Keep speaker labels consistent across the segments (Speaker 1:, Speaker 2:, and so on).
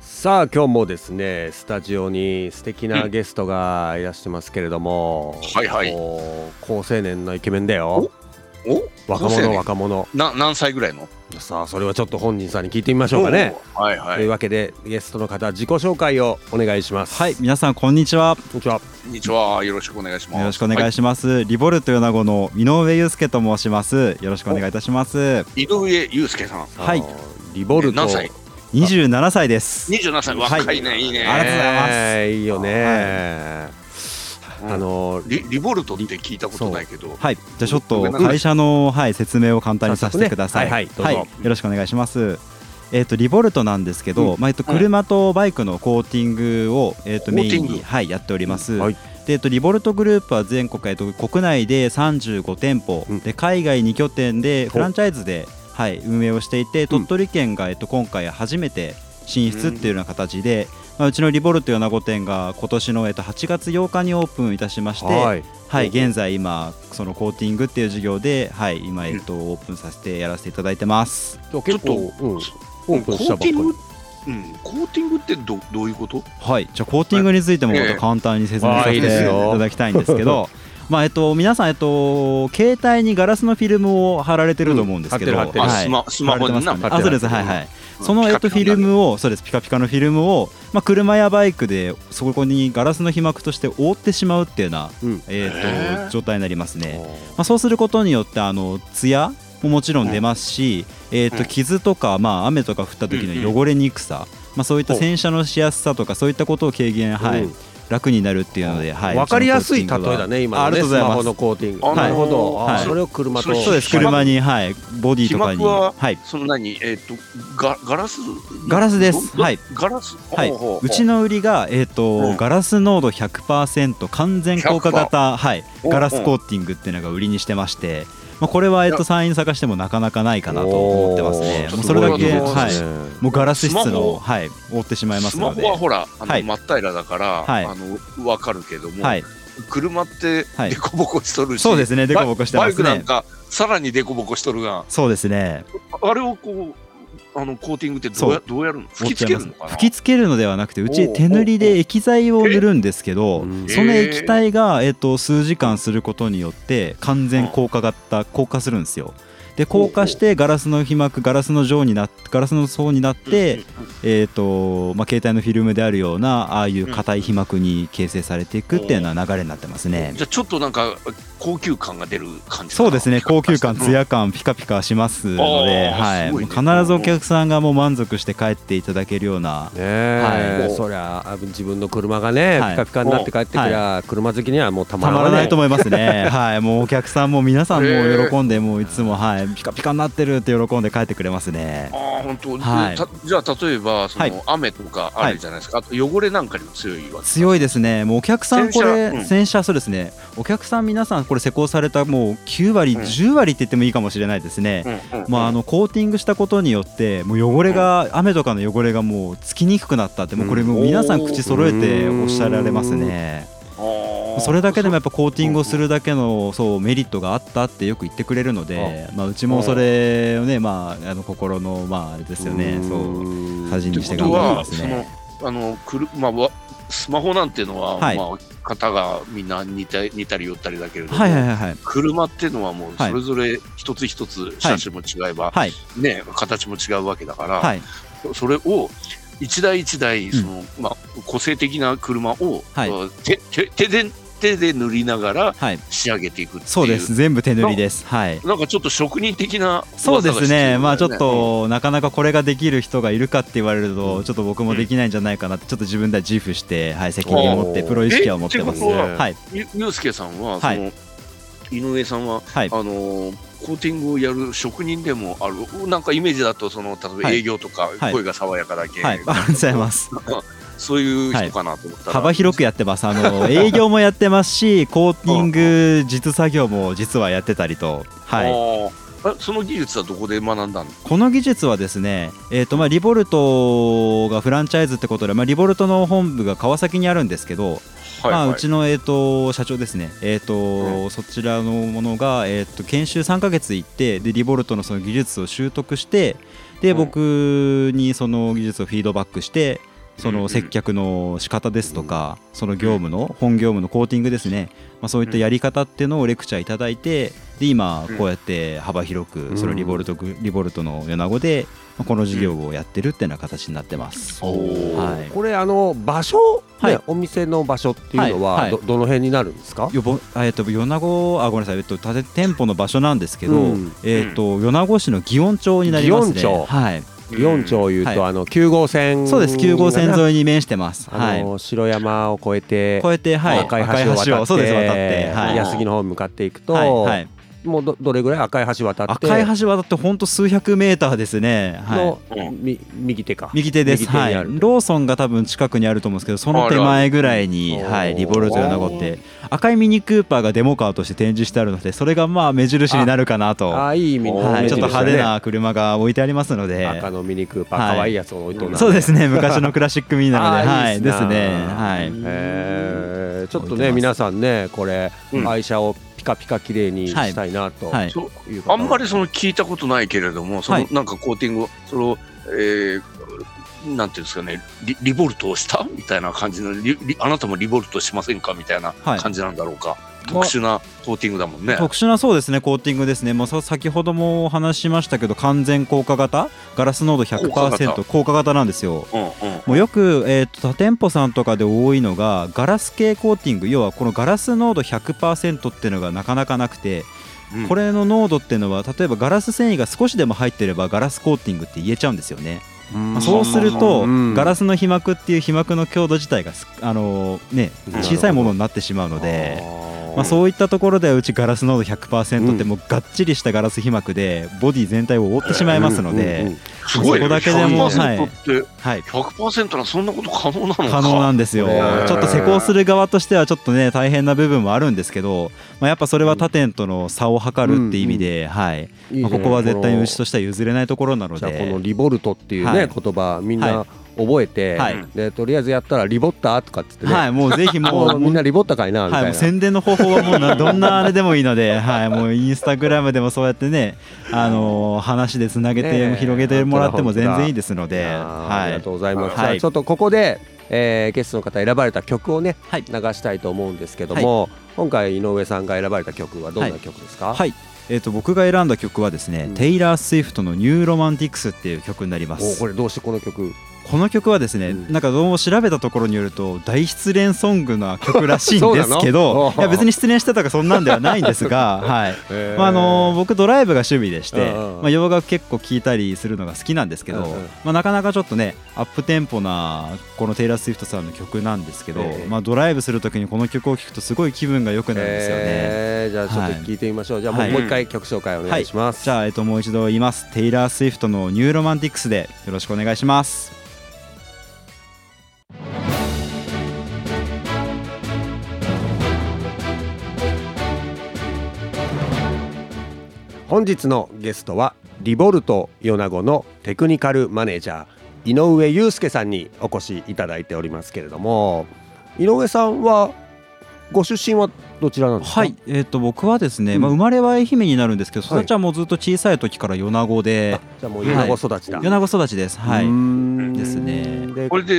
Speaker 1: さあ今日もですねスタジオに素敵なゲストがいらしてますけれども、
Speaker 2: はいはい
Speaker 1: もう高青年のイケメンだよ
Speaker 2: お
Speaker 1: 若
Speaker 2: どうせや
Speaker 1: 者
Speaker 2: ね
Speaker 1: 若者
Speaker 2: な何歳ぐらいの
Speaker 1: さあそれはちょっと本人さんに聞いてみましょうかね、
Speaker 2: おーはいは
Speaker 1: とい
Speaker 2: いう
Speaker 1: わけでゲストの方自己紹介をお願いします
Speaker 3: はい
Speaker 1: こ、
Speaker 3: 皆さんこんにちは。
Speaker 1: んにちは
Speaker 2: こんにちはよろしくお願いします
Speaker 3: よろしくお願いします。リボルト米子の井上祐介と申します。よろしくお願いいたします。
Speaker 2: はい井上祐介さん
Speaker 3: はい
Speaker 1: あのリボルト
Speaker 2: え何歳
Speaker 3: 27歳です。
Speaker 2: 27歳
Speaker 3: はい
Speaker 2: 若いね、い、いね
Speaker 3: ありがとうございます
Speaker 1: ねいいよね、
Speaker 2: うん
Speaker 1: あの
Speaker 2: リリボルトって聞いたことないけど
Speaker 3: はい、じゃあちょっと会社の、はい、説明を簡単にさせてください。
Speaker 1: 早速ねはいはいどうぞ
Speaker 3: よろしくお願いします。えっ、とリボルトなんですけど、まあえっと車とバイクのコーティングをえっ、と
Speaker 2: コー
Speaker 3: メ
Speaker 2: テ
Speaker 3: イ
Speaker 2: ィン
Speaker 3: ン
Speaker 2: グ
Speaker 3: にはいやっております。
Speaker 1: はい
Speaker 3: でえっとリボルトグループは全国えっと国内で35店舗、
Speaker 1: うん
Speaker 3: で海外2拠点でフランチャイズではい運営をしていて、鳥取県がえっと今回初めて進出っていうような形で。まあうちのリボルト米子店が今年のえっと8月8日にオープンいたしまして、
Speaker 1: はい
Speaker 3: はい、
Speaker 1: ほうほう
Speaker 3: 現在今そのコーティングっていう事業で、はい、今えっとオープンさせてやらせていただいてます。
Speaker 1: 今日
Speaker 2: ちょっ
Speaker 1: 結
Speaker 2: と、
Speaker 1: 構、うん、
Speaker 2: う
Speaker 1: オ
Speaker 2: ん
Speaker 1: ープ
Speaker 2: コ
Speaker 1: ンした
Speaker 2: ー
Speaker 1: ば
Speaker 2: テ
Speaker 1: っ
Speaker 2: ィン
Speaker 1: か
Speaker 2: グうん、コーティングってどどういうこと
Speaker 3: はい、じゃあコーティングについてもま
Speaker 2: ええ
Speaker 3: た簡単に説明させ
Speaker 1: あーい
Speaker 3: て
Speaker 1: い
Speaker 3: い
Speaker 1: ですよ
Speaker 3: ただきたいんですけど。 まあえっと、皆さん、えっと、携帯にガラスのフィルムを貼られてると思うんですけど、
Speaker 1: うん貼ってる
Speaker 2: あ
Speaker 1: 貼
Speaker 3: はい
Speaker 2: スマスマホにな
Speaker 3: 貼られてますかねあそうですはいはい、そのえっとフィル
Speaker 2: ム
Speaker 3: ムをそうですピカピカのフィルムを、まあ、車やバイクでそこにガラスの被膜として覆ってしまうっていうような、
Speaker 1: うん
Speaker 3: えっと
Speaker 2: へえ
Speaker 3: 状態になりますね。
Speaker 1: おー
Speaker 3: まあ、そうすることによってあの艶ももちろん出ますし、えー、
Speaker 2: う
Speaker 3: と
Speaker 2: ん
Speaker 3: 傷とか、まあ、雨とか降った時
Speaker 2: うん
Speaker 3: の
Speaker 2: うん
Speaker 3: 汚れにくさ、まあ、そういった
Speaker 1: ほう
Speaker 3: 洗車のしやすさとかそういったことを軽減、はい
Speaker 1: うん
Speaker 3: 楽になるっていうので、はい、
Speaker 1: わかりやすい例えだ
Speaker 3: ね
Speaker 1: ね、今
Speaker 3: あ
Speaker 1: の
Speaker 3: り
Speaker 1: ね、ス
Speaker 3: がとうござい
Speaker 1: マ
Speaker 3: ます
Speaker 1: ホのコーティング。
Speaker 2: あ
Speaker 1: なるほど、
Speaker 3: はい
Speaker 1: あーそれを車と。
Speaker 3: そうです
Speaker 2: 被膜
Speaker 3: 車に、はい、ボディとか
Speaker 2: 被
Speaker 3: に、
Speaker 2: 膜は
Speaker 3: はい、
Speaker 2: その何えっ、とガガラス
Speaker 3: ガラスです
Speaker 2: ど
Speaker 3: はい
Speaker 2: ガラス
Speaker 3: はい
Speaker 2: ほうほうほ、
Speaker 3: うちの売りが、えーと
Speaker 2: うん
Speaker 3: ガラス濃度100%完全硬化型、はい、
Speaker 2: うん
Speaker 3: ガラスコーティングっていうのが売りにしてまして、まあ、これは、えー、と山陰探してもなかなかないかなと思ってますね
Speaker 2: おー
Speaker 3: もうそれだけ、
Speaker 2: すごいこと
Speaker 3: は
Speaker 2: で
Speaker 3: い
Speaker 2: す、
Speaker 3: もうガラス質
Speaker 2: スマホ
Speaker 3: の、はい、覆ってしまいます
Speaker 2: スマ
Speaker 3: ので。
Speaker 2: ホはほら、あの
Speaker 3: はい
Speaker 2: 真っ平らだから、
Speaker 3: はい
Speaker 2: あのわかるけども、
Speaker 3: はい、
Speaker 2: 車って
Speaker 3: はい
Speaker 2: デコボコしとるし、
Speaker 3: そうですね、デコボコしてま
Speaker 2: バイ
Speaker 3: す
Speaker 2: クなん
Speaker 3: ね。
Speaker 2: かさらにデコボコしとるが、
Speaker 3: そうですね。
Speaker 2: あれをこうあのコーティングってどうや
Speaker 3: そ
Speaker 2: どうやるの？吹きつけるのかな？
Speaker 3: 吹きつけるのではなくて、う
Speaker 2: おうお
Speaker 3: ち
Speaker 2: う
Speaker 3: 手塗りで液剤を塗るんですけど
Speaker 1: うん、
Speaker 3: その液体がえっと数時間することによって完全硬化型硬化するんですよ。で硬化してガラスの被膜ガラスの上になっガラスの層になって、えっとまあ携帯のフィルムであるようなああいう硬い被膜に形成されていくっていうような流れになってますね。
Speaker 2: じゃあちょっとなんか高級感が出る感じか
Speaker 3: そ
Speaker 2: な。
Speaker 3: うですね 高級感、
Speaker 2: うん
Speaker 3: ツヤ感、ピカピカしますので、
Speaker 2: あー
Speaker 3: はい、
Speaker 2: すごいね
Speaker 3: もう必ずお客さんがもう満足して帰っていただけるような、
Speaker 1: ねえ、
Speaker 2: はい
Speaker 1: そりゃあ自分の車がね、
Speaker 3: は
Speaker 1: ピ
Speaker 3: い
Speaker 1: カピカになって帰ってきりゃ、車好きにはもうたま
Speaker 3: た
Speaker 1: ら
Speaker 3: まら
Speaker 1: な
Speaker 3: ない
Speaker 1: い
Speaker 3: と思いますね、 はい、もうお客さんも皆さん
Speaker 2: へ
Speaker 3: も
Speaker 2: ー
Speaker 3: 喜んで、もういつも、はい、ピカピカになってるって喜んで帰ってくれますね。
Speaker 2: ああ本当。
Speaker 3: はい
Speaker 2: たじゃあ例えばその、
Speaker 3: はい
Speaker 2: 雨とかあるじゃないですか。あと汚れなんかにも強いわけ。
Speaker 3: 強いですね、もうお客さん、こ
Speaker 2: 洗車うん
Speaker 3: れ、洗車、そうですね、お客さん、皆さん、これ、施工されたもう9割、
Speaker 2: うん
Speaker 3: 10割って言ってもいいかもしれないですね。
Speaker 2: うんうん
Speaker 3: まあ、あのコーティングしたことによってもう汚れが雨とかの汚れがもうつきにくくなったってもうこれもう皆さん口揃えておっしゃられますね
Speaker 2: あー
Speaker 3: それだけでもやっぱコーティングをするだけのそうメリットがあったってよく言ってくれるのでまあうちもそれをねまああの心のまああれですよねそう
Speaker 1: う
Speaker 3: 恥じに
Speaker 2: っ
Speaker 3: してて
Speaker 2: こ
Speaker 3: 頑
Speaker 2: と
Speaker 3: 張
Speaker 2: は、
Speaker 3: ってます
Speaker 2: そ
Speaker 3: ね
Speaker 2: のあのくるまあわスマホなんてのは、
Speaker 3: はい
Speaker 2: まあ型がみんな似た似たり寄ったりだけれども、
Speaker 3: はいはいはいはい
Speaker 2: 車っていうのはもう
Speaker 3: はい
Speaker 2: それぞれ一つ一つ車種も違えば、
Speaker 3: はい
Speaker 2: ね形も違うわけだから、
Speaker 3: はい
Speaker 2: そそれを一台一台
Speaker 3: ん
Speaker 2: その、まあ個性的な車を、
Speaker 3: はい
Speaker 2: あ手手手で手で塗りながら
Speaker 3: はい
Speaker 2: 仕上げていくっていう。
Speaker 3: そうです全部手塗りですはい
Speaker 2: なんかちょっと職人的な
Speaker 3: そうですね、まあちょっ
Speaker 2: うん
Speaker 3: となかなかこれができる人がいるかって言われると、ちょっと僕もできないんじゃないかなって、ちょっと自分では自負して、はい、責任を持って、
Speaker 1: おー
Speaker 3: プロ意識は持ってま
Speaker 2: え
Speaker 3: す。
Speaker 2: ってこと
Speaker 1: は
Speaker 3: はい、
Speaker 2: ゆゆうすけさんは、
Speaker 3: はい
Speaker 2: その井上さんは、
Speaker 3: はい
Speaker 2: あのーコーティングをやる職人でもあるなんかイメージだとその例えば
Speaker 3: はい
Speaker 2: 営業とか、
Speaker 3: はい
Speaker 2: 声が爽やかだけ、
Speaker 3: はい、ありがとうございます。
Speaker 2: そういう人かなと思ったら、
Speaker 3: 幅広くやってます、あの営業もやってますし、コーティング、実作業も実はやってたりと、はい、
Speaker 2: あーあその技術はどこで学んだの
Speaker 3: この技術はですね、えーとまあ、リボルトがフランチャイズってことで、まあ、リボルトの本部が川崎にあるんですけど、
Speaker 2: はい
Speaker 3: まあ、
Speaker 2: は
Speaker 3: う
Speaker 2: い
Speaker 3: ちの、えー、と社長ですね、えーとそちらのものが、えー、と研修3ヶ月行ってでリボルトのその技術を習得してで、
Speaker 2: うん
Speaker 3: 僕にその技術をフィードバックしてそ
Speaker 2: うんう
Speaker 3: の
Speaker 2: ん
Speaker 3: 接客の仕方ですとかその業務の本業務のコーティングですね、まあ、そういったやり方っていうのをレクチャーいただいてで今
Speaker 2: うん
Speaker 3: こうやって幅広
Speaker 1: う
Speaker 3: く
Speaker 1: ん
Speaker 3: そのリボルトグリボルトの米子でまあこの事業をやってるっていうような形になってます。
Speaker 2: おー
Speaker 3: はい
Speaker 1: これあの場所、ね
Speaker 3: はい
Speaker 1: お店の場所っていうのは、
Speaker 3: はいはい
Speaker 1: どどの辺になるんですか
Speaker 3: よぼあえっと米子あごめんなさいえっと建て店舗の場所なんですけど、
Speaker 1: うん
Speaker 3: えっと米子市の祇園町になりますね。
Speaker 1: 祇園町
Speaker 3: はい。
Speaker 1: 四丁いうと、
Speaker 3: はい
Speaker 1: あの9号線
Speaker 3: そうです9号線
Speaker 1: い
Speaker 3: 沿いに面してます。
Speaker 1: あ
Speaker 3: はい。
Speaker 1: の、城山を越えて
Speaker 3: こうやってはい
Speaker 1: 赤い橋を渡って
Speaker 3: そうです渡ってはい
Speaker 1: 安木の方に向かっていくと、
Speaker 3: はいはい。
Speaker 1: もうどどれぐらい赤い橋渡って
Speaker 3: 赤い橋渡ってほんと数百メーターですね。はい。
Speaker 1: の、
Speaker 2: はい
Speaker 1: み右手か
Speaker 3: 右手です。
Speaker 1: 右手
Speaker 3: は
Speaker 1: に
Speaker 3: い。
Speaker 1: あ
Speaker 3: ロ
Speaker 1: る
Speaker 3: ーソンが多分近くにあると思うんですけど、その手前ぐらい
Speaker 1: あ
Speaker 3: に、
Speaker 1: るある
Speaker 3: はい、
Speaker 1: おー
Speaker 3: リボルト米子って赤いミニクーパーがデモカーとして展示してあるので、それがまあ目印になるかなと。
Speaker 1: ああいい意味の
Speaker 3: はい、
Speaker 1: 目
Speaker 3: ちょっ
Speaker 1: 印
Speaker 3: と
Speaker 1: だね
Speaker 3: 派手な車が置いてありますので。
Speaker 1: 赤のミニクーパー
Speaker 3: はい
Speaker 1: 可愛いやつを置いとるな
Speaker 3: そうですね昔のクラシックミニなの で
Speaker 1: あー
Speaker 3: はい
Speaker 1: いいっす
Speaker 3: で
Speaker 1: な
Speaker 3: すねはい
Speaker 1: えーちょっと
Speaker 3: 置いて
Speaker 1: ね
Speaker 3: ます
Speaker 1: 皆さんねこれ、
Speaker 2: うん
Speaker 1: 愛車をピカピカ綺麗にしたいなという方は、
Speaker 3: はい
Speaker 2: そうあんまりその聞いたことないけれども、その
Speaker 3: はい
Speaker 2: なんかコーティングを、その、えーなんていうんですかねリ、リボルトをしたみたいな感じのリリあなたもリボルトしませんかみたいな
Speaker 3: はい
Speaker 2: 感じなんだろうか。
Speaker 3: まあ
Speaker 2: 特殊なコーティングだもんね。
Speaker 3: 特殊なそうですねコーティングですねもうさ先ほどもお話ししましたけど完全硬化型ガラス濃度
Speaker 2: 硬
Speaker 3: 100%
Speaker 2: 化型
Speaker 3: 硬化型なんですよ
Speaker 2: うんうん。
Speaker 3: もうよく、えー、と他店舗さんとかで多いのがガラス系コーティング要はこのガラス濃度100%っていうのがなかなかなくて
Speaker 2: うん
Speaker 3: これの濃度っていうのは例えばガラス繊維が少しでも入ってればガラスコーティングって言えちゃうんですよねまあそうすると
Speaker 1: うん
Speaker 3: ガラスの被膜っていう被膜の強度自体がすあのーね
Speaker 1: なるほど
Speaker 3: 小さいものになってしまうので。
Speaker 1: あー
Speaker 3: まあ、そういったところでうちガラス濃度100%って
Speaker 1: うん
Speaker 3: もうがっちりしたガラス被膜でボディ全体を覆ってしまいますので、
Speaker 1: うんうんうん
Speaker 2: すごいね。
Speaker 3: そこだけでも
Speaker 2: 100%って
Speaker 3: はい、
Speaker 2: 100%なそんなこと可能なのか。
Speaker 3: 可能なんですよ
Speaker 1: これ
Speaker 3: ちょっと施工する側としてはちょっとね大変な部分もあるんですけど、まあ、やっぱそれは他店との差を測るって意味で、はい
Speaker 1: いい
Speaker 3: ま
Speaker 1: ね
Speaker 3: あここは絶対にうちとしては譲れないところなの
Speaker 1: じゃあこ
Speaker 3: で
Speaker 1: の。リボルトっていうね、
Speaker 3: はい
Speaker 1: 言葉みん
Speaker 3: は
Speaker 1: な覚えて、
Speaker 3: はい
Speaker 1: でとりあえずやったらリボッターとかっつってね、
Speaker 3: はい、もうぜひも
Speaker 1: も
Speaker 3: う
Speaker 1: うみんなリボッタかいなみた
Speaker 3: はい
Speaker 1: な、
Speaker 3: い、もう宣伝の方法はもう などんなあれでもいいので、はい、もうインスタグラムでもそうやってね、あのー話でつなげて、
Speaker 1: ねえ
Speaker 3: 広げてもらっても全然いいですの
Speaker 1: い
Speaker 3: で、
Speaker 1: やーあり
Speaker 3: は
Speaker 1: が
Speaker 3: い
Speaker 1: とうございます、
Speaker 3: はい
Speaker 1: じゃあちょっとここで、えーゲストの方選ばれた曲をね、
Speaker 3: はい
Speaker 1: 流したいと思うんですけども、今回井上さんが選ばれた曲はどんな曲ですか、
Speaker 3: はいえー、と僕が選んだ曲はですね、
Speaker 1: うん
Speaker 3: テイラー・スウィフトの「ニューロマンティクス」っていう曲になりま
Speaker 1: お
Speaker 3: す
Speaker 1: これどうしてこの曲
Speaker 3: この曲はですね、
Speaker 1: うん
Speaker 3: なんかどうも調べたところによると大失恋ソングな曲らしいんですけ
Speaker 1: そうなの
Speaker 3: どいや別
Speaker 1: お
Speaker 3: に失恋してたとかそんなんではないんで すが、はいまああの僕ドライブが趣味でして、
Speaker 1: うんうん
Speaker 3: まあ、洋楽結構聴いたりするのが好きなんですけど、
Speaker 1: うんうん
Speaker 3: まあ、なかなかちょっとねアップテンポなこのテイラー・スウィフトさんの曲なんですけど、
Speaker 1: ええ
Speaker 3: まあ、ドライブするときにこの曲を聴くとすごい気分が良くなるんですよね。
Speaker 1: えーじゃあちょっと聞いてみましょう、じゃあもう,、
Speaker 3: はい
Speaker 1: もう一回曲紹介お願いします、
Speaker 3: じゃあ、えっと、もう一度言います。テイラー・スウィフトのニューロマンティックスでよろしくお願いします。
Speaker 1: 本日のゲストはリボルト米子のテクニカルマネージャー井上裕介さんにお越しいただいておりますけれども井上さんはご出身はどちらなんですか
Speaker 3: はい、えっと、僕はですね、
Speaker 1: うん
Speaker 3: まあ、生まれは愛媛になるんですけど、
Speaker 1: はい
Speaker 3: 育ちはもうずっと小さい時から米子
Speaker 1: あ、
Speaker 3: で
Speaker 1: じゃあもう米子育ちだ、
Speaker 3: 米子育ちです。はいう
Speaker 1: ー。ん
Speaker 3: ですね
Speaker 1: で
Speaker 2: これで、え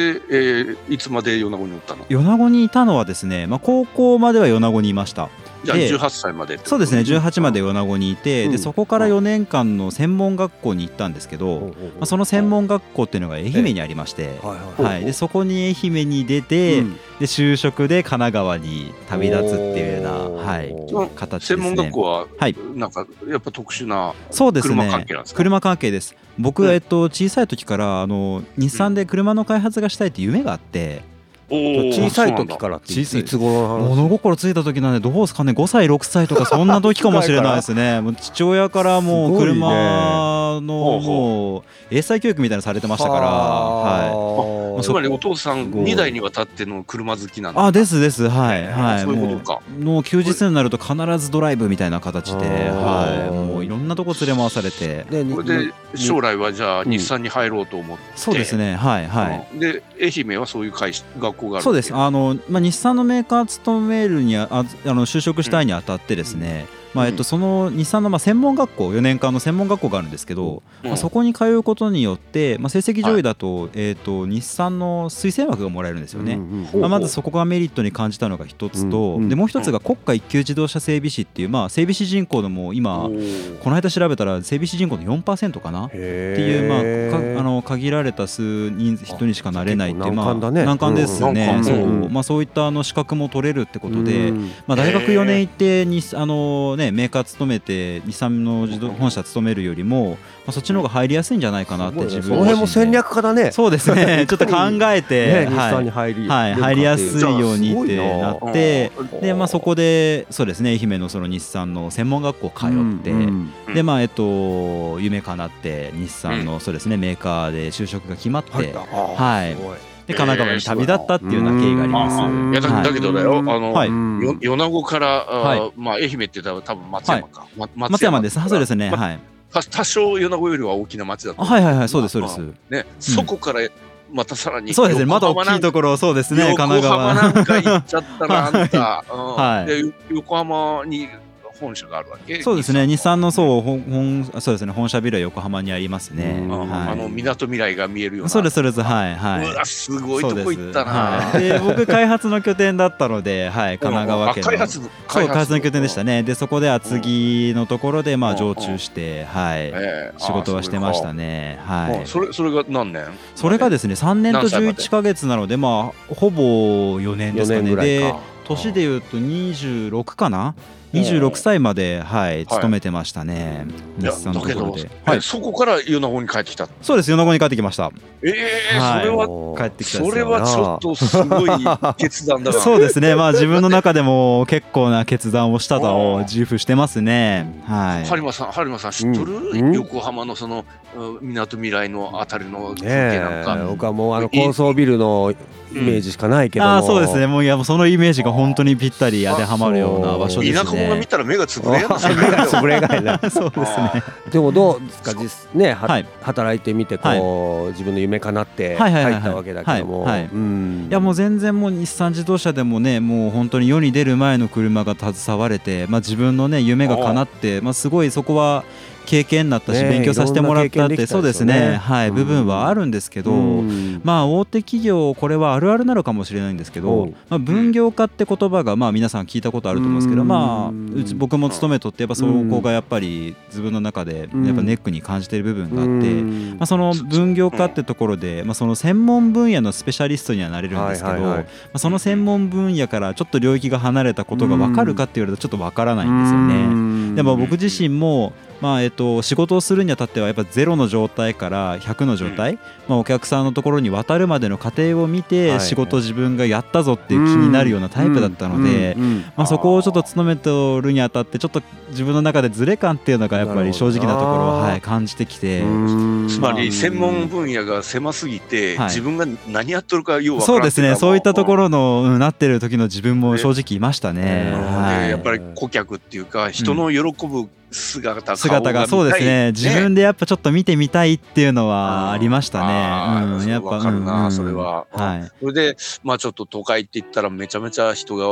Speaker 2: ーいつまで米子におったの
Speaker 3: 米子にいたのはですね、まあ、高校までは米子にいました。
Speaker 2: じゃあ
Speaker 3: で
Speaker 2: 18歳までってこと
Speaker 3: そうですね、18まで米子にいて、
Speaker 1: うん
Speaker 3: でそこから4年間の専門学校に行ったんですけど、まあ、その専門学校っていうのが愛媛にありまして、
Speaker 1: はいはい
Speaker 3: はい、でそこに愛媛に出て、
Speaker 1: うん
Speaker 3: で就職で神奈川に旅立つっていうような、
Speaker 1: おー
Speaker 3: はい、
Speaker 2: うん
Speaker 3: 形です
Speaker 2: 専門
Speaker 3: ね。
Speaker 2: 学校は、
Speaker 3: はい
Speaker 2: なんかやっぱ特殊な
Speaker 3: そうですね
Speaker 2: 車関係なんですか、
Speaker 3: 車関係です僕、
Speaker 2: うん
Speaker 3: えっと、小さい時からあの日産で車の開発がしたいって夢があって、
Speaker 2: おー
Speaker 1: 小さい時からってい
Speaker 3: 小さい
Speaker 1: つ頃の話
Speaker 3: 物心ついた時なんでどうですかね5歳6歳とかそんな時かもしれないです ねもう父親からもう
Speaker 1: すごいね
Speaker 3: 車の
Speaker 2: ほうほ
Speaker 3: もう英才教育みたいなのされてましたからはい
Speaker 1: は
Speaker 3: あ
Speaker 2: つまり
Speaker 3: そ
Speaker 2: お
Speaker 3: こ
Speaker 2: 父さん2台にわたっての車好きなんだ
Speaker 3: あですですはい
Speaker 2: へー
Speaker 3: はい
Speaker 2: そういう
Speaker 3: も
Speaker 2: ことか
Speaker 3: うもう休日になると必ずドライブみたいな形
Speaker 1: あ
Speaker 3: で
Speaker 1: ー
Speaker 3: はいもういろんなとこ連れ回されて
Speaker 1: でに
Speaker 2: これで将来はじゃあ
Speaker 1: うん
Speaker 2: 日産に入ろうと思って、
Speaker 3: そうですねはいはい
Speaker 2: うんで愛媛はそういう会社学校がある
Speaker 3: そうです
Speaker 2: あ
Speaker 3: あの、まあ、日産のメーカー勤めるにあああの就職したいにあたってですね、まあえっ
Speaker 2: うん
Speaker 3: と、その日産のまあ専門学校4年間の専門学校があるんですけど、まあ、そこに通うことによって、まあ、成績上位だと,、えっと日産産の推薦枠がもらえるんですよね。
Speaker 1: うん
Speaker 2: ほう
Speaker 3: まあ、まずそこがメリットに感じたのが一つと、
Speaker 1: うんうん
Speaker 3: でもう一つが国家一級自動車整備士っていう、まあ、整備士人口のもう今
Speaker 2: おー
Speaker 3: この間調べたら整備士人口の4%かなっ
Speaker 1: へ
Speaker 3: て
Speaker 1: え
Speaker 3: いう、まあ、かあの限られた数人人にしかなれないっていう
Speaker 1: 結構
Speaker 3: まあ
Speaker 1: 難関だね
Speaker 3: 難関です
Speaker 2: うん
Speaker 3: ね
Speaker 2: 難関
Speaker 3: そう
Speaker 1: うん
Speaker 3: まあそういったあの資格も取れるってことで。
Speaker 1: うん
Speaker 3: まあ、大学
Speaker 2: へー
Speaker 3: 4年行ってにあの、ね、メーカー勤めて日産の自動本社勤めるよりも、まあ、そっちの方が入りやすいんじゃないかなって
Speaker 1: すごいね
Speaker 3: 自分
Speaker 1: その辺も
Speaker 3: 自身
Speaker 1: 戦
Speaker 3: で
Speaker 1: 略家だね
Speaker 3: そうですねちょっと考
Speaker 1: ね
Speaker 3: えて、
Speaker 1: 日
Speaker 3: はい
Speaker 1: 産に入り
Speaker 3: はい、入りやすいようにってなっ
Speaker 2: ごいな
Speaker 3: て
Speaker 1: うん
Speaker 3: で、まあ、そこでそうですね愛媛のその日産の専門学校通って、でまあえっと、夢かなって日産のそうです、ね、メーカーで就職が決まって、ではい神奈川に旅立ったっていうような経緯があり
Speaker 2: ま
Speaker 3: ます。
Speaker 2: あまあいやだだけどだよあの、
Speaker 3: はい
Speaker 2: よ米子から、あー
Speaker 3: は
Speaker 2: まあ、愛媛って言ったら多分松山か、ま
Speaker 3: 松山です、そうですね、
Speaker 2: ま
Speaker 3: はい、
Speaker 2: た多少米子よりは大きな町だと
Speaker 3: あ
Speaker 2: 思う
Speaker 3: はいはいはい、そうです、そうです。
Speaker 2: ね、そこからまたさらに
Speaker 3: そうですね、まだ大きいところ、そうですね、神奈川。
Speaker 2: 横浜なんか行っちゃったらあんた、うん
Speaker 3: はい
Speaker 2: でよ横浜に本社があるわけ
Speaker 3: そうですね、日産の
Speaker 2: う、
Speaker 3: そう、本、本、あそうですね、本社ビルは横浜にありますね。
Speaker 1: うん
Speaker 2: うんあ
Speaker 3: は
Speaker 2: の港未来が見えるよう
Speaker 3: い。
Speaker 2: な
Speaker 3: そうです、そうです、はい、は
Speaker 2: うわ
Speaker 3: い。
Speaker 2: すごい
Speaker 3: そ
Speaker 2: と
Speaker 3: うです
Speaker 2: こ行ったな、
Speaker 3: はいで、僕開発の拠点だったので、はい、神奈川県
Speaker 2: あ開
Speaker 3: の。
Speaker 2: 発部
Speaker 3: そう、開発の拠点でした
Speaker 2: ね、
Speaker 3: ね。で、そこで厚木のところで、ま
Speaker 2: う
Speaker 3: あ、
Speaker 2: ん
Speaker 3: 常駐して、はい。
Speaker 2: ええ
Speaker 3: 仕事はしてましたね。は
Speaker 2: あ
Speaker 3: い。
Speaker 2: それかうんそれそれが何年
Speaker 3: それがですね、3年と
Speaker 2: 何歳まで
Speaker 3: 11ヶ月なので、まあ、ほぼ4年ですか
Speaker 1: 四年ぐ
Speaker 3: ね。
Speaker 1: らい
Speaker 3: で
Speaker 1: か、
Speaker 3: 年でいうと26かな
Speaker 2: うん
Speaker 3: 26歳まで、はい、勤めてましたね、
Speaker 2: い
Speaker 3: 日
Speaker 2: や
Speaker 3: 産
Speaker 2: だ
Speaker 3: のと
Speaker 2: け
Speaker 3: ころ
Speaker 2: ど
Speaker 3: で、
Speaker 2: は、
Speaker 3: はいい、
Speaker 2: そこから米子に帰ってきた
Speaker 3: そうです米子に帰ってきました
Speaker 2: ええ
Speaker 3: はい
Speaker 2: それは
Speaker 3: 帰ってきた
Speaker 2: そ
Speaker 3: んです
Speaker 2: れ
Speaker 3: よ
Speaker 2: はちょっとすごい決断 だな
Speaker 3: そうですねまあ自分の中でも結構な決断をしたと自負してますねはい
Speaker 2: 播磨さん、播磨さん、知っとる、
Speaker 1: うんうん
Speaker 2: 横浜のその、うん港未来のあたりの風
Speaker 1: ね
Speaker 2: 景なん
Speaker 1: え
Speaker 2: か。
Speaker 1: 僕はもうあの高層ビルのイメージしかないけども
Speaker 3: ああそうですねもういやもうそのイメージが本当にぴったり当てはまるような場所
Speaker 1: そう
Speaker 3: で
Speaker 2: 田
Speaker 3: す
Speaker 2: 舎者が見
Speaker 3: ね
Speaker 2: たら目がつぶれやんなそれぐらいだよ
Speaker 1: 潰れがいな
Speaker 3: そうで すね
Speaker 1: でもどうですか実ねは
Speaker 3: はい
Speaker 1: 働いてみてこう自分の夢叶って
Speaker 3: はいはいは
Speaker 1: 入
Speaker 3: いはい
Speaker 1: ったわけだけども
Speaker 3: はいはい
Speaker 1: うん
Speaker 3: いやもう全然もう日産自動車でもねもう本当に世に出る前の車が携われて、まあ、自分のね夢が叶って、まあ、すごいそこは経験になったし
Speaker 1: ねえ
Speaker 3: 勉強させてもらったっ
Speaker 1: い
Speaker 3: て、
Speaker 1: ろんな経験できたです
Speaker 3: そ
Speaker 1: よ
Speaker 3: う
Speaker 1: ね
Speaker 3: ですねはい
Speaker 1: うん
Speaker 3: 部分はあるんですけど、
Speaker 1: うん
Speaker 3: まあ大手企業これはあるあるなのかもしれないんですけ
Speaker 1: う
Speaker 3: ど
Speaker 1: ん、
Speaker 3: まあ、分業化って言葉がまあ皆さん聞いたことあると思うんですけど、
Speaker 1: うん
Speaker 3: まあうち僕も勤めとってやっぱそこがやっぱり自分の中でやっぱネックに感じてる部分があって。
Speaker 1: うん
Speaker 3: まあ、その分業化ってところで、まあ、その専門分野のスペシャリストにはなれるんですけど、
Speaker 1: はいはいはい
Speaker 3: まあ、その専門分野からちょっと領域が離れたことが分かるかって言われるとちょっと分からないんですよね。でも僕自身も、まあえっと、仕事をするにあたってはやっぱゼロの状態から100の状態、まあ、お客さんのところに渡るまでの過程を見
Speaker 1: は
Speaker 3: て
Speaker 1: い
Speaker 3: 仕事を自分がやったぞっていう気になるようなタイプだったので
Speaker 1: う。んうん
Speaker 3: まあ、そこをちょっと務めておるにあたってちょっと自分の中でズレ感っていうのがやっぱり正直な
Speaker 1: な
Speaker 3: ところを、
Speaker 1: るほどな
Speaker 3: はい、感じてきて、
Speaker 1: うん
Speaker 2: つま
Speaker 1: うん
Speaker 2: り専門分野が狭すぎて、
Speaker 3: はい
Speaker 2: 自分が何やっとるかようわからん
Speaker 3: そうですね、そういったとこ
Speaker 2: ろ、
Speaker 3: ろの、うんなってる時の自分も正直いました
Speaker 1: ね
Speaker 3: ね。
Speaker 2: うん
Speaker 3: は
Speaker 2: で
Speaker 3: い
Speaker 2: やっぱり顧客っていうか、人の喜ぶ姿、顔
Speaker 3: 姿がそうですね自分でやっぱちょっと見てみたいっていうのはありましたね。うん、やっぱ
Speaker 2: 分かるな、
Speaker 3: うん
Speaker 2: それは、
Speaker 3: は
Speaker 2: それでまあちょっと都会って言ったらめちゃめちゃ人が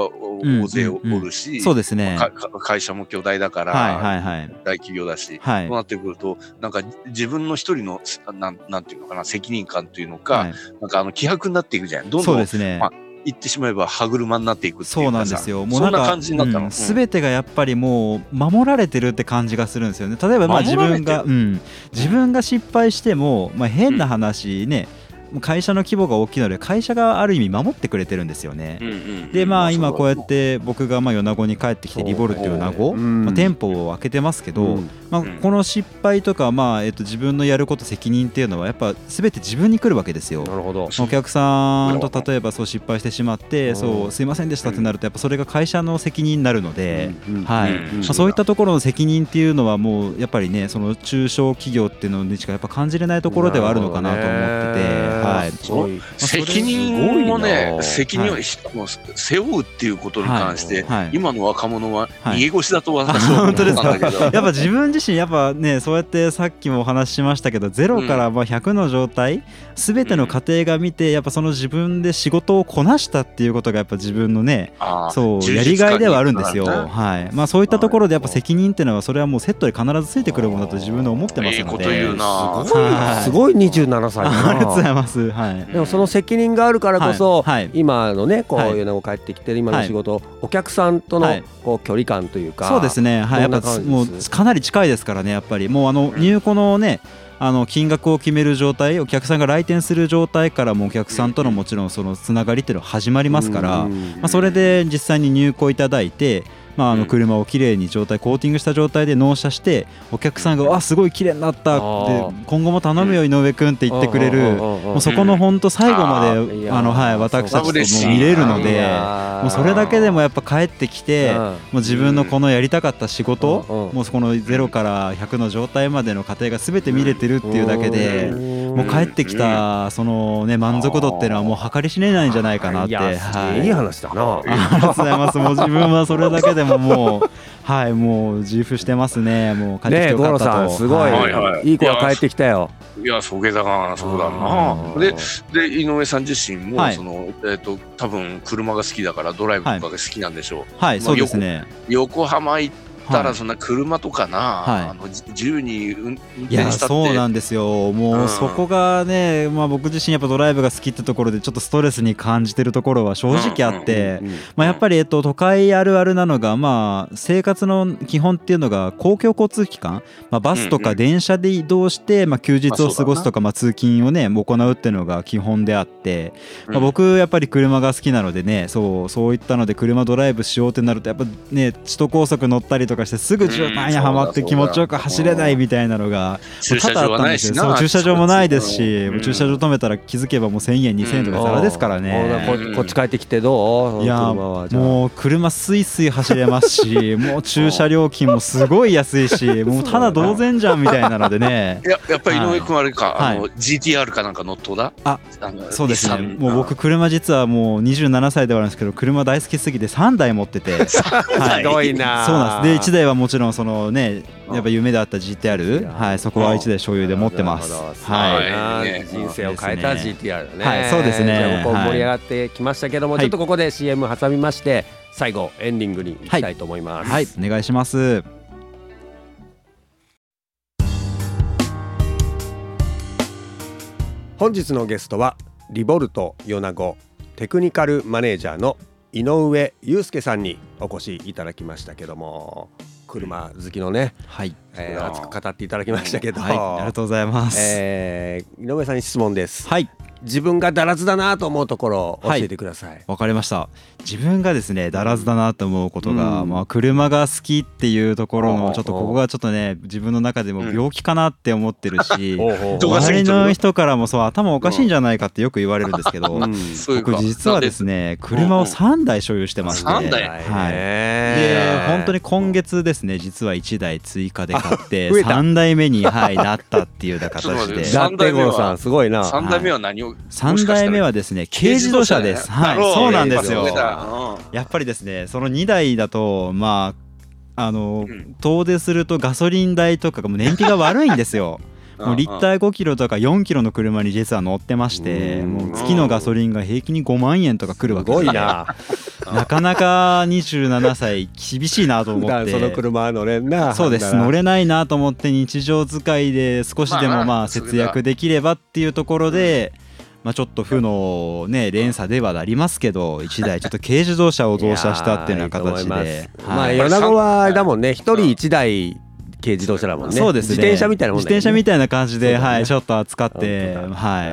Speaker 3: ん
Speaker 2: 大勢おるし、
Speaker 3: い、そうですね。は
Speaker 2: かか
Speaker 3: い
Speaker 2: 会社も巨大だから、
Speaker 3: はいはい
Speaker 2: 大企業だし、
Speaker 3: は
Speaker 2: そ
Speaker 3: い。
Speaker 2: うなってくると、なんか自分の一人のなん、なんていうのかな、責任感というのか、
Speaker 3: はい
Speaker 2: なんかあの気迫になっていくじゃん。どん
Speaker 3: そ
Speaker 2: ど
Speaker 3: うんですね
Speaker 2: まあ。行ってしまえば歯車になっていくってい
Speaker 3: そううな
Speaker 2: かさ
Speaker 3: んですよ。
Speaker 2: そんな感じになったの。
Speaker 3: すべ、全てがやっぱりもう守られてるって感じがするんですよね。例えばまあ自分が、
Speaker 2: 守
Speaker 3: うん、自分が失敗しても、まあ、変な話ね、もう会社の規模が大きいので会社がある意味守ってくれてるんですよね。
Speaker 2: うんうんうん
Speaker 3: でまあ今こうやっ
Speaker 2: そ
Speaker 3: て僕がまあ米子に帰ってきてリボルっていう米子、
Speaker 1: うん
Speaker 3: まあ、店舗を開けてますけど、
Speaker 1: うん
Speaker 3: まあ、
Speaker 2: うん
Speaker 3: この失敗とか、まあえっと自分のやること責任っていうのはやっぱ全て自分に来るわけですよ
Speaker 1: な。るほど
Speaker 3: お客さんと例えばそう失敗してしまって、
Speaker 1: うん
Speaker 3: そうすいませんでしたってなるとやっぱそれが会社の責任になるので、
Speaker 1: うん
Speaker 3: はい
Speaker 2: うん
Speaker 3: まあ、そういったところの責任っていうのはもうやっぱりねその中小企業っていうのにしかやっぱ感じれないところではあるのかなと思ってて、はい、
Speaker 1: い
Speaker 2: の責任を
Speaker 1: すごい
Speaker 2: ね、
Speaker 1: な
Speaker 2: 責任を
Speaker 3: は
Speaker 2: ひもう背負うっていうことに関して、
Speaker 3: はいはい
Speaker 2: 今の若者は
Speaker 3: はい
Speaker 2: 逃げ腰だと私は思っ
Speaker 3: 本
Speaker 2: た
Speaker 3: 当
Speaker 2: ん
Speaker 3: ですか
Speaker 2: だけ ど。
Speaker 3: やっぱ自分自身やっぱねそうやってさっきもお話ししましたけどゼロからまあ100の状態全ての過程が見てやっぱその自分で仕事をこなしたっていうことがやっぱ自分のね
Speaker 2: あー
Speaker 3: そうやりがいではあるんですよ。はいまあそういったところでやっぱ責任っていうのはそれはもうセットで必ずついてくるものだと自分で思ってま
Speaker 2: い
Speaker 3: す
Speaker 2: いこ
Speaker 3: の
Speaker 2: と言う
Speaker 3: で。
Speaker 2: な。
Speaker 3: はい
Speaker 1: すごい27歳だ
Speaker 3: ありがとうござ
Speaker 1: ない
Speaker 3: まますはい
Speaker 1: でもその責任があるからこそ、
Speaker 3: はいはい
Speaker 1: 今のねこう
Speaker 3: はい
Speaker 1: いうのを帰ってきてる今の仕事、お客さんとの
Speaker 3: はい
Speaker 1: こう距離感というか、
Speaker 3: そうですねはいや
Speaker 1: どんな
Speaker 3: っぱ
Speaker 1: 感じ
Speaker 3: もう
Speaker 1: です
Speaker 3: かなり近いですからねやっぱりもうあの入庫のねあの金額を決める状態お客さんが来店する状態からもうお客さんとのもちろんそのつながりっていうのは始まりますから、
Speaker 1: うん
Speaker 3: まあ、それで実際に入庫いただいて、まあ、あ
Speaker 2: う
Speaker 3: の
Speaker 2: ん
Speaker 3: 車をきれいに状態コーティングした状態で納車してお客さんが「わすごいきれいになった」
Speaker 1: あ
Speaker 3: で
Speaker 1: ー
Speaker 3: 今後も頼むよ井上君って言ってくれ
Speaker 1: うんうん
Speaker 3: る
Speaker 1: うんうん
Speaker 3: もうそこの本当最後ま
Speaker 1: あーい
Speaker 3: で
Speaker 1: やー
Speaker 3: あの、はい、私たちともう見れるの
Speaker 2: 嬉しい
Speaker 3: で
Speaker 1: な
Speaker 3: もうそれだけでもやっぱ帰ってきて
Speaker 1: うん
Speaker 3: もう自分のこのやりたかった仕事
Speaker 1: うんうん
Speaker 3: もうこの0から100の状態までの過程が全て見れてるっていうだけで。
Speaker 1: も
Speaker 3: もう帰ってきたそのね満足度っていうのはもう計り知れないんじゃないかなって
Speaker 1: いやす
Speaker 3: は
Speaker 1: げえいい話だな。
Speaker 3: ありがとうございます。もう自分はそれだけでももうはいもう自負してますね。もう帰
Speaker 1: ね
Speaker 3: ってきて
Speaker 1: え
Speaker 3: よ
Speaker 1: 五
Speaker 3: かっ
Speaker 1: 郎
Speaker 3: たと。
Speaker 1: さんすごい、
Speaker 2: はい
Speaker 1: い、
Speaker 2: はい
Speaker 1: 子が帰ってきたよ。
Speaker 2: いや、そげだな、そうだな。で、で井上さん自身も、
Speaker 3: はい
Speaker 2: そのえっ、と多分車が好きだからドライブとかが好きなんでしょう。
Speaker 3: はいそうですね。
Speaker 2: 横浜行った
Speaker 3: は
Speaker 2: らそんな車とかな、
Speaker 3: はい
Speaker 2: あのじ自由に運運
Speaker 3: い、い
Speaker 2: 転
Speaker 3: や
Speaker 2: したって。
Speaker 3: そうなんですよ。もうそこがね、まあ僕自身やっぱドライブが好きってところでちょっとストレスに感じてるところは正直あって。まあやっぱりえっと都会あるあるなのがまあ生活の基本っていうのが公共交通機関まあバスと
Speaker 2: うんう
Speaker 3: か
Speaker 2: ん
Speaker 3: 電車で移動してまあ休日を過ごすとかまあ通勤をねもう行うっていうのが基本であってまあ、僕やっぱり車が好きなのでねそうそういったので車ドライブしようってなるとやっぱね首都高速乗ったりとかしてすぐ渋滞にはまって
Speaker 2: うん
Speaker 3: 気持ちよく走れないみたいなのが
Speaker 2: 駐車場はないしな。
Speaker 3: そう駐車場もないですし、
Speaker 2: うん
Speaker 3: もう駐車場止めたら気づけばもう1000円2000円とかざらですから
Speaker 1: こ
Speaker 3: ね。
Speaker 2: うん
Speaker 1: こっち帰ってきてどう？
Speaker 3: いや
Speaker 1: その車はじゃあ
Speaker 3: もう車すいすい走れます しもう駐車料金もすごい安いしもうただ同然じゃんみたいなのでね
Speaker 2: ややっぱり井上君あれか、
Speaker 3: はい
Speaker 2: あの GTR かなんか乗っとうだ
Speaker 3: あ
Speaker 2: の
Speaker 3: そうですね
Speaker 2: 日産
Speaker 3: もう僕車実はもう27歳ではあるんですけど車大好きすぎて3台持って て。は
Speaker 1: ひどいな。
Speaker 3: そうなんですで1台はもちろんそのねやっぱ夢であった GTR、
Speaker 1: うん
Speaker 3: はい、そこは1台所有で持ってます、
Speaker 1: なるほど
Speaker 3: はい、
Speaker 2: はい
Speaker 1: はい人生を変えた
Speaker 3: ですね
Speaker 1: GTR だね。
Speaker 3: はいそうですね
Speaker 1: じゃあここ
Speaker 3: はい
Speaker 1: 盛り上がってきましたけども、
Speaker 3: はい
Speaker 1: ちょっとここで CM 挟みまして、最後エンディングに行きたいと思います。
Speaker 3: はい、お願いします
Speaker 1: 本日のゲストはリボルト米子テクニカルマネージャーの井上祐介さんにお越しいただきましたけども、車好きのね、
Speaker 3: はい、
Speaker 1: え
Speaker 2: そう
Speaker 1: ー、
Speaker 2: だ
Speaker 1: 熱く語っていただきましたけど、
Speaker 3: はい、ありがとうございます、
Speaker 1: えー井上さんに質問です。
Speaker 3: はい
Speaker 1: 自分がだらずだなと思うところを教えてください。
Speaker 3: わかりました自分がですねだらずだなと思うことが、
Speaker 1: うん
Speaker 3: まあ、車が好きっていうところ
Speaker 1: おうおう
Speaker 3: のちょっとここがちょっとね自分の中でも病気かなって思ってるし、
Speaker 1: おうおう
Speaker 2: 人が過
Speaker 3: 周
Speaker 2: ぎ
Speaker 3: り
Speaker 2: ちゃう
Speaker 3: の人からもそう頭おかしいんじゃないかってよく言われるんですけど、
Speaker 1: うん
Speaker 2: そういうか
Speaker 3: 僕実はですね車を3台所有してまして
Speaker 2: なんで三台
Speaker 3: はいで本当に今月ですね実は1台追加で買って
Speaker 1: あ増えた
Speaker 3: 3台目に、はい、なったっていうような
Speaker 2: ちょっと
Speaker 3: 形
Speaker 2: 待って
Speaker 3: で
Speaker 1: だって五郎さんすごいな。
Speaker 2: 三代目は何を、
Speaker 3: 3台目はですね軽自動車です、はい、そうなんですよ
Speaker 1: 軽自動車だ
Speaker 3: やっぱりですねその2台だとまああの
Speaker 2: うん
Speaker 3: 遠出するとガソリン代とかがもう燃費が悪いんで すよもうリッター5キロとか4キロの車に実は乗ってまして
Speaker 1: うん
Speaker 3: もう月のガソリンが平均に5万円とか来るわ
Speaker 1: す
Speaker 3: けで
Speaker 1: ご
Speaker 3: す
Speaker 1: い
Speaker 3: ね
Speaker 1: な。
Speaker 3: なかなか27歳厳しいなと
Speaker 1: 普
Speaker 3: 思っ
Speaker 1: 段
Speaker 3: て
Speaker 1: その車乗れんな。
Speaker 3: そうです乗れないなと思って日常使いで少しで
Speaker 2: まあ
Speaker 3: もまあ
Speaker 2: それが
Speaker 3: 節約できればっていうところで、まあ、ちょっと負のね連鎖ではなりますけど1台ちょっと軽自動車を増車したっていうような形
Speaker 1: いやーいい
Speaker 3: で
Speaker 1: と思い。ますまあ
Speaker 3: はい
Speaker 1: 米子はあれだもんね。一人一台軽自動車だもんね。
Speaker 3: そうですね、
Speaker 1: 自転車みたいなもん
Speaker 3: 自転車み
Speaker 1: た
Speaker 3: たいな感じ
Speaker 1: そう
Speaker 3: で、
Speaker 1: だね
Speaker 3: はい、ちょっと扱って、
Speaker 1: 本当だ。
Speaker 3: は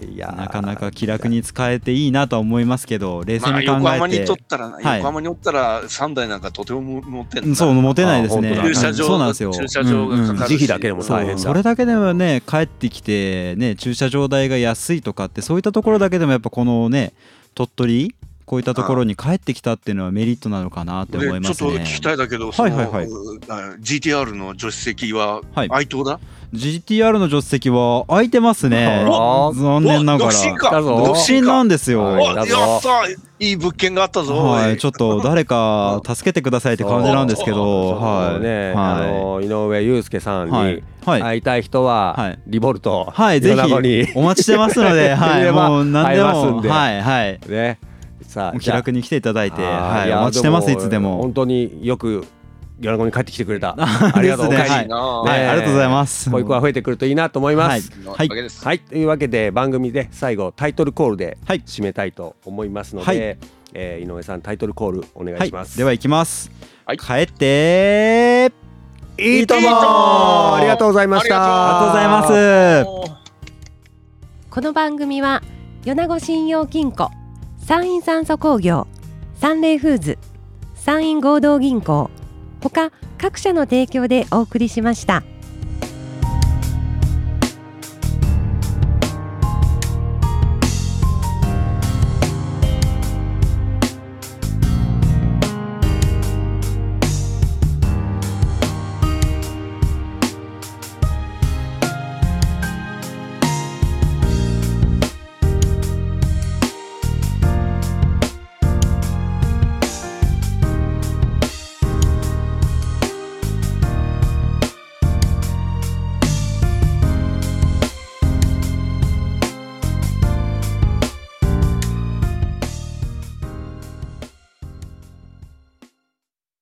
Speaker 3: い
Speaker 1: いや
Speaker 3: い、
Speaker 1: ー
Speaker 3: なかなか気楽に使えていいなとは思いますけど、冷静
Speaker 2: まあ、
Speaker 3: に考
Speaker 2: 横浜
Speaker 3: え、
Speaker 2: にとってたら、
Speaker 3: い
Speaker 2: 横浜におったら3台なんかとても持ってん
Speaker 3: うん
Speaker 2: だ
Speaker 3: そう持てないです
Speaker 1: あ
Speaker 3: ね。
Speaker 1: 本当だ
Speaker 2: 駐車場、
Speaker 3: うんそうなんですよ。
Speaker 2: 駐車場がかか
Speaker 3: うん
Speaker 2: る
Speaker 3: うん
Speaker 2: し
Speaker 1: 維持費だけでも
Speaker 3: そ
Speaker 1: 大変
Speaker 3: う
Speaker 1: だ
Speaker 3: それだけでもね帰ってきてね駐車場代が安いとかってそういったところだけでもやっぱこのね鳥取こういったところに帰ってきたっていうのはメリットなのかなって思
Speaker 2: でち
Speaker 3: いま
Speaker 2: ょっ
Speaker 3: す
Speaker 2: と
Speaker 3: ね
Speaker 2: 聞。きたいだけど、
Speaker 3: はいはいはい
Speaker 2: そのうあ GTR の助手席は
Speaker 3: はい
Speaker 2: 愛党だ、
Speaker 3: GTR の助手席は空いてますね。
Speaker 1: あら
Speaker 3: 残念なが
Speaker 2: お独身
Speaker 3: ら。
Speaker 2: か
Speaker 1: だぞ
Speaker 3: 独身なん
Speaker 2: で
Speaker 3: ですよ。
Speaker 1: は
Speaker 2: お
Speaker 1: い
Speaker 2: やったいい物件があったぞ、
Speaker 3: はい、ちょ
Speaker 2: ょっ
Speaker 3: っと誰か助けてくださいって感じなんですけど、
Speaker 1: は。
Speaker 3: はいい、
Speaker 1: ね、あ
Speaker 3: は
Speaker 1: の井上祐介さん
Speaker 3: い、
Speaker 1: に、
Speaker 3: はい、はい、
Speaker 1: 会いたい人は、
Speaker 3: はい
Speaker 1: リボルト、
Speaker 3: はい、ぜ
Speaker 1: 米子に
Speaker 3: ひお待ちしてますので、は
Speaker 1: 入れ
Speaker 3: い、
Speaker 1: ば
Speaker 3: もう何で
Speaker 1: 入れますん
Speaker 3: も、
Speaker 1: で
Speaker 3: はい、はい、
Speaker 1: ね、さ
Speaker 3: も
Speaker 1: あ
Speaker 3: う気楽に来ていただいて、
Speaker 1: あー
Speaker 3: はいい、
Speaker 1: や
Speaker 3: お待ちしてます
Speaker 1: で
Speaker 3: いつでも。
Speaker 1: 本当によく米子に帰ってきてくれた。
Speaker 3: あ
Speaker 1: ありがとう
Speaker 3: です
Speaker 1: お帰
Speaker 3: ね
Speaker 1: り
Speaker 3: はい
Speaker 2: なあ
Speaker 3: はい
Speaker 1: ねえ
Speaker 3: ありがとうございます。
Speaker 1: 保育は増えてくるといいなと思いま
Speaker 3: はい
Speaker 1: す。
Speaker 2: なわ
Speaker 3: はい
Speaker 2: けです。
Speaker 1: はい、というわけで番組で最後タイトルコールで
Speaker 3: はい
Speaker 1: 締めたいと思いますので、
Speaker 3: はい
Speaker 1: えー井上さんタイトルコールお願
Speaker 3: はいい
Speaker 1: します。
Speaker 3: では行きます。
Speaker 2: はい
Speaker 3: 帰って
Speaker 1: いいとも
Speaker 3: いいとも
Speaker 1: ありがとうございました。
Speaker 3: ありがとうございます。
Speaker 4: この番組は米子信用金庫山陰酸素工業三霊フーズ山陰合同銀行ほか各社の提供でお送りしました。